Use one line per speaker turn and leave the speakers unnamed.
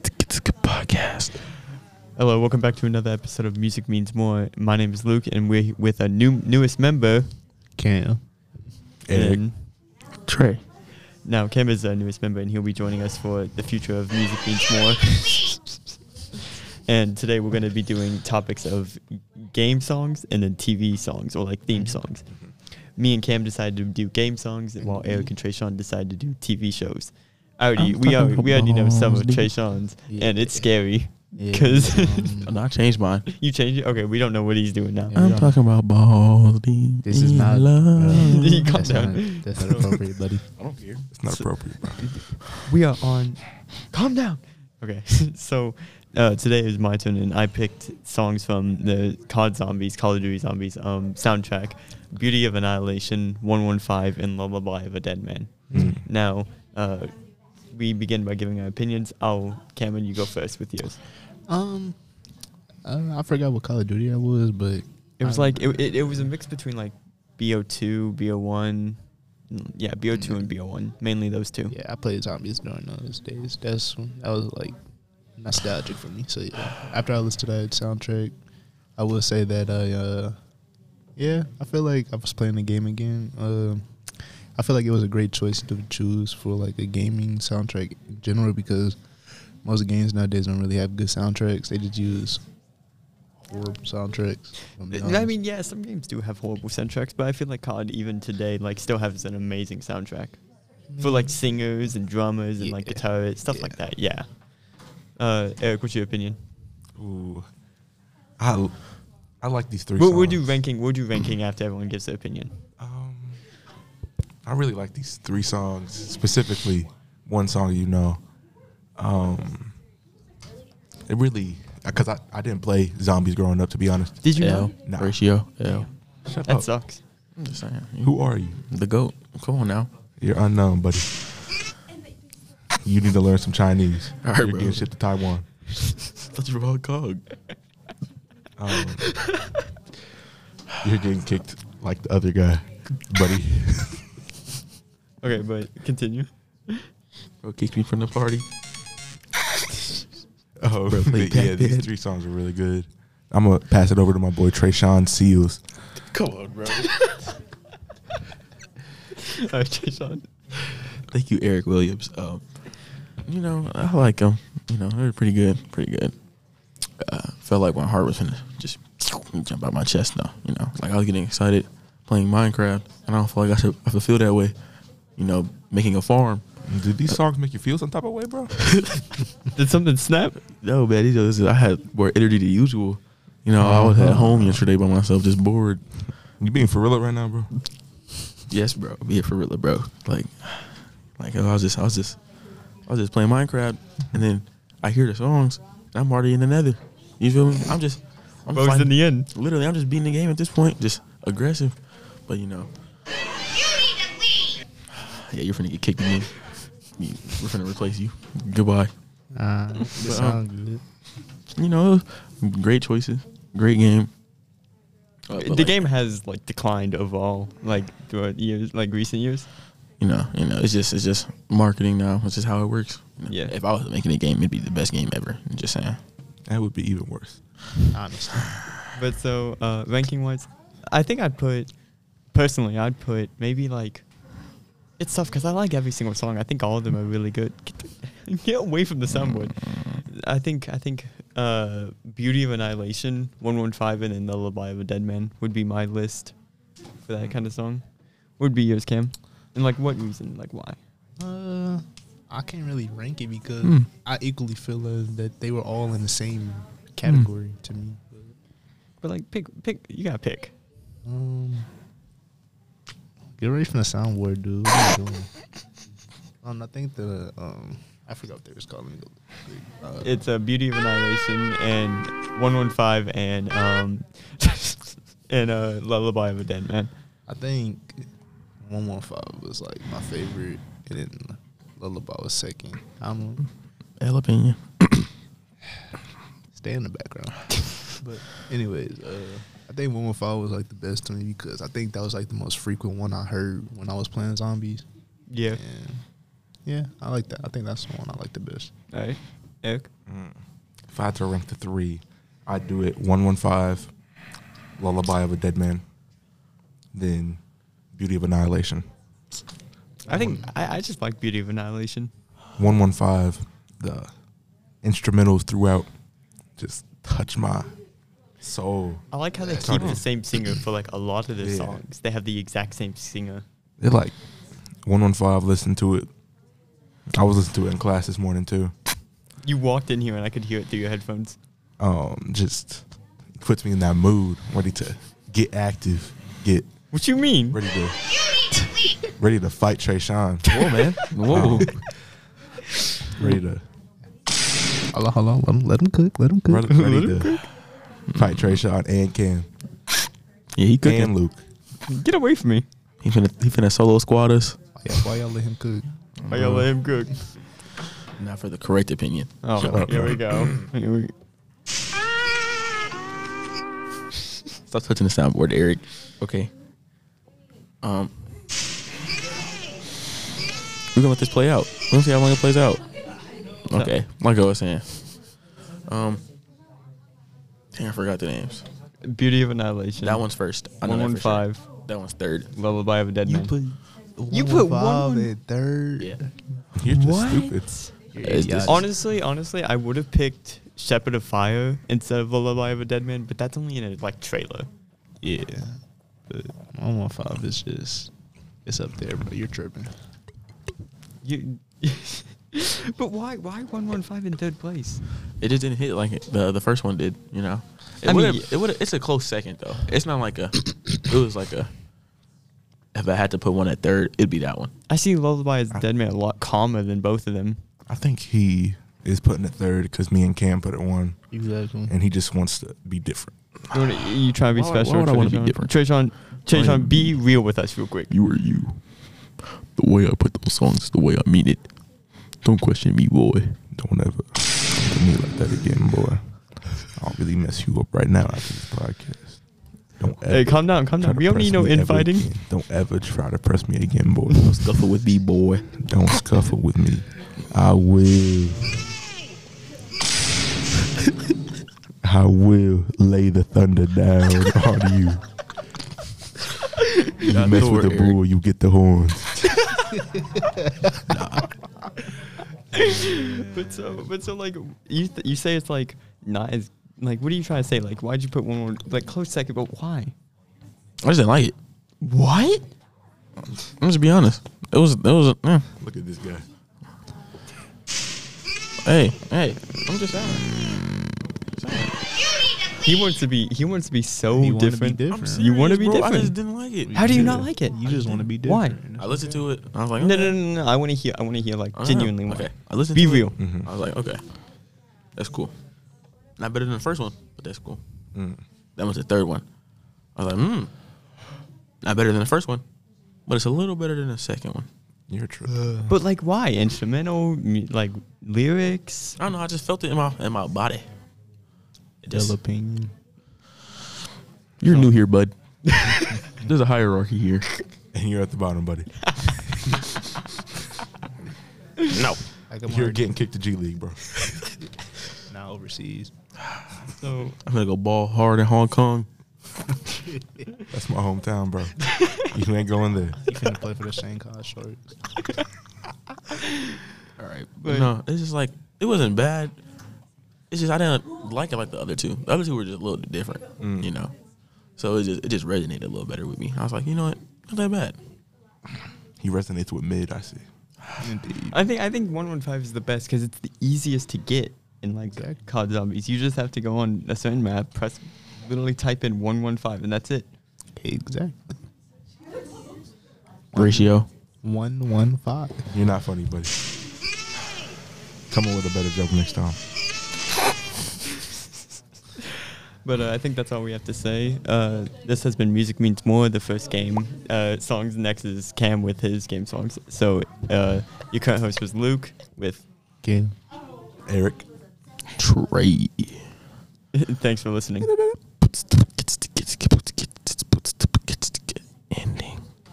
Podcast.
Hello, welcome back to another episode of Music Means More. My name is Luke, and we're with our new newest member.
Cam.
And
Trey.
now Cam is our newest member, and he'll be joining us for the future of Music Means More. and today we're going to be doing topics of game songs and then TV songs or like theme songs. Me and Cam decided to do game songs, while Eric and Trayshawn decided to do TV shows. I already,
I'm
we,
fucking
already, we already know some of
balls, dude.
Trayshawn's,
Yeah.
and it's scary.
Yeah, um,
'Cause-
No, I changed mine.
You changed it? Okay, we don't know what he's doing now.
Yeah, we
I'm
don't-
talking about baldy.
This is
in
not. uh,
love.
You calm
that's
down.
Not, that's not appropriate, buddy.
I don't care.
It's not appropriate, bro.
We are on. Calm down. Okay, so uh, today is my turn, and I picked songs from the COD Zombies, Call of Duty Zombies um, soundtrack, "Beauty of Annihilation," "115," and "Lullaby of a Dead Man." Now, uh, we begin by giving our opinions. I'll, Cameron, you go first with yours.
Um, uh, I forgot what Call of Duty I was, but
It was
I
like it,
remember.
it, it was a mix between like BO2, BO1, mm, yeah, BO2 and BO1, mainly those two.
yeah, I played zombies during those days. That's when that was like nostalgic for me. So yeah, after I listened to that soundtrack, I will say that I, uh, yeah, I feel like I was playing the game again. Um, I feel like it was a great choice to choose for like a gaming soundtrack in general because most games nowadays don't really have good soundtracks. They just use horrible soundtracks. if I'm being
Uh, I
honest.
mean, yeah, some games do have horrible soundtracks, but I feel like COD even today like still has an amazing soundtrack for
Mm.
like singers and drummers and like
Yeah.
guitarists, stuff like that. Yeah. Uh, Eric, what's your opinion?
Ooh. I I like these three
We'll,
songs.
we'll do ranking. We'll do ranking after everyone gives their opinion.
Um, I really like these three songs, specifically one song you know. Um, it really, because I, I didn't play zombies growing up, to be honest.
Did you
L
know?
Nah.
ratio L.
Shut
That
up.
sucks.
I'm just saying.
Who are you?
the goat? Come on now.
You're unknown, buddy. You need to learn some Chinese.
All right,
You're
bro.
getting shit to Taiwan.
Thought you were about cog.
Um, you're getting kicked like the other guy, buddy.
Okay, but continue.
Bro, kicked me from the party.
Oh,
Bro, play
but yeah,
Pac-Man.
these three songs are really good. I'm gonna pass it over to my boy Trayshawn Seals.
Come on, bro.
All right, Jason.
Thank you, Eric Williams. Um, you know, I like them. You know, they're pretty good, pretty good. Uh, felt like my heart was gonna just jump out my chest now. You know, like I was getting excited playing Minecraft, and I don't feel like I should. I should feel that way. You know, making a farm.
Did these songs make you feel some type of way, bro?
Did something snap?
No, man, these are, this is, I had more energy than usual. You know, I was at home yesterday by myself, just bored.
You being for real right now, bro?
Yes, bro. Be it for real, bro. Like, like I was just, I was just, I was just playing Minecraft, and then I hear the songs, and I'm already in the nether. You feel me? I'm just, I'm
What was
fighting-
in the end?
literally, I'm just beating the game at this point, just aggressive. But you know, yeah, you're finna get kicked again. You- We're finna replace you. Goodbye.
Uh, it sounds good.
You know, great choices, great game. Uh, but,
The
like,
game has like declined overall, like throughout years, like recent years.
you know, you know, it's just it's just marketing now. It's just how it works. You know,
Yeah.
If I was making a game, it'd be the best game ever. I'm just saying.
That would be even worse.
Honestly,
But so uh, ranking wise, I think I'd put personally I'd put maybe like it's tough because I like every single song. I think all of them are really good. Get, the- get away from the soundboard. I think I think uh, Beauty of Annihilation, One One Five, and then Lullaby of a Dead Man would be my list for that kind of song. Would be yours, Cam. And like what reason? Like why?
uh, I can't really rank it because
Hmm.
I equally feel as that they were all in the same category to me.
But like pick pick. You gotta pick.
Um, get ready from the soundboard, dude. What are you doing? Um, I think the um, I forgot what they was calling it. Uh,
It's uh, Beauty of Annihilation and One One Five and um and uh, Lullaby of a Dead Man.
I think one one five was like my favorite, and then Lullaby was second. I'm
L opinion.
stay in the background. but anyways, uh, I think one one five was like the best to me because I think that was like the most frequent one I heard when I was playing zombies.
Yeah.
And Yeah, I like that. I think that's the one I like the best.
All right. Eric.
If I had to rank the three, I'd do it 115, Lullaby of a Dead Man, then Beauty of Annihilation.
I think I, I just like Beauty of Annihilation.
115, the instrumentals throughout just touch my soul.
I like how they
Yeah,
keep
totally.
the same singer for like a lot of their
Yeah.
songs. They have the exact same singer.
They're like 115, listen to it. I was listening to it in class this morning too.
You walked in here and I could hear it through your headphones.
Um, just puts me in that mood, ready to get active, get
What you mean?
ready to ready to fight Trey Sean.
Whoa, man. Whoa.
Ready to
Hold on, hold on. Let him, let him cook. Let him cook.
ready, ready to fight Trey Sean and Cam
yeah, he cooking.
and Luke.
Get away from me.
He finna, he finna solo squad us.
Why y'all, why y'all let him cook?
I gotta let him cook.
Not for the correct opinion.
Shut
Oh,
up,
here
bro.
we go. Here we-
Stop touching the soundboard, Eric. Okay. Um, we're gonna let this play out. We're gonna see how long it plays out. Okay, like I was saying. Um, dang, I forgot the names.
Beauty of Annihilation.
That one's first. I know
One
that
one
for sure.
five.
That one's third.
Lullaby of a Dead Man.
You
put one-
at third.
Yeah.
You're just stupid.
It's this-
Honestly, honestly, I would have picked Shepherd of Fire instead of Lullaby of a Dead Man, but that's only in a like trailer.
Yeah. But one one five is just it's up there, bro. You're tripping.
You. but why? Why one one five in third place?
It just didn't hit like it- the the first one did, you know. It
I mean-
would've- it would it's a close second though. It's not like a it was like a if I had to put one at third, it'd be that one.
I see Lullaby as Dead Man a lot calmer than both of them.
I think he is putting it third because me and Cam put it one,
Exactly.
and he just wants to be different.
You, wanna, you try to be
Why- why
special.
would I wanna be
Trayshawn?
different?
Trayshawn,
wanna
Trayshawn, be real with us real quick.
You were you. The way I put those songs, the way I mean it. Don't question me, boy.
Don't ever come to me like that again, boy. I'll really mess you up right now after this podcast. Don't ever
Hey, calm down, calm
try
down.
to
We don't
press
need no
me ever
infighting.
again. Don't ever try to press me again, boy.
Scuffle with me, boy.
Don't scuffle with me. I will. I will lay the thunder down on you. You
Not
mess
sure,
with the
Eric.
bull, you get the horns.
But so, but so, like you, th- you say it's like not as like. What are you trying to say? Like, why'd you put one more like close second? But why?
I just didn't like it.
What?
I'm just be honest. It was it was yeah.
Look at this guy.
hey, hey. I'm just saying. Just saying.
He wants to be. He wants to be so
He wanna be
different.
different. I'm
You want to be
Bro, I
different.
just didn't like it.
How do you not like it?
You just want to be different.
Why?
and
I
that's
listened to it. and I was like,
No,
okay.
no, no, no. I want to hear. I want to hear like
I don't know.
genuinely. why.
Okay, I listened.
Be
to it.
real.
I was like, okay, that's cool. Not better than the first one, but that's cool.
Mm.
That was the third one. I was like, hmm, not better than the first one, but it's a little better than the second one.
You're true.
But like, why instrumental? mu- Like lyrics?
I don't know. I just felt it in my in my body. It just-
developing.
You're new here, bud. There's a hierarchy here.
And you're at the bottom, buddy.
No,
Like I'm
You're
already
getting kicked to G League, bro.
now overseas.
So
I'm gonna go ball hard in Hong Kong.
That's my hometown, bro. You ain't going there.
You finna play for the Shanghai Sharks.
All right,
Wait.
but no, it's just like it wasn't bad. It's just I didn't like it like the other two. The other two were just a little different, you know. So it just it just resonated a little better with me. I was like, you know what, not that bad.
He resonates with mid, I see.
Indeed.
I think I think one one five is the best because it's the easiest to get in like
Exactly.
COD zombies. You just have to go on a certain map, press, literally type in one one five, and that's it.
Exactly.
Ratio.
One one five.
You're not funny, buddy. Come up with a better joke next time.
But uh, I think that's all we have to say. Uh, this has been Music Means More, the first game. Uh, songs next is Cam with his game songs. So uh, your current host was Luke with.
Game.
Eric.
Trey.
Thanks for listening.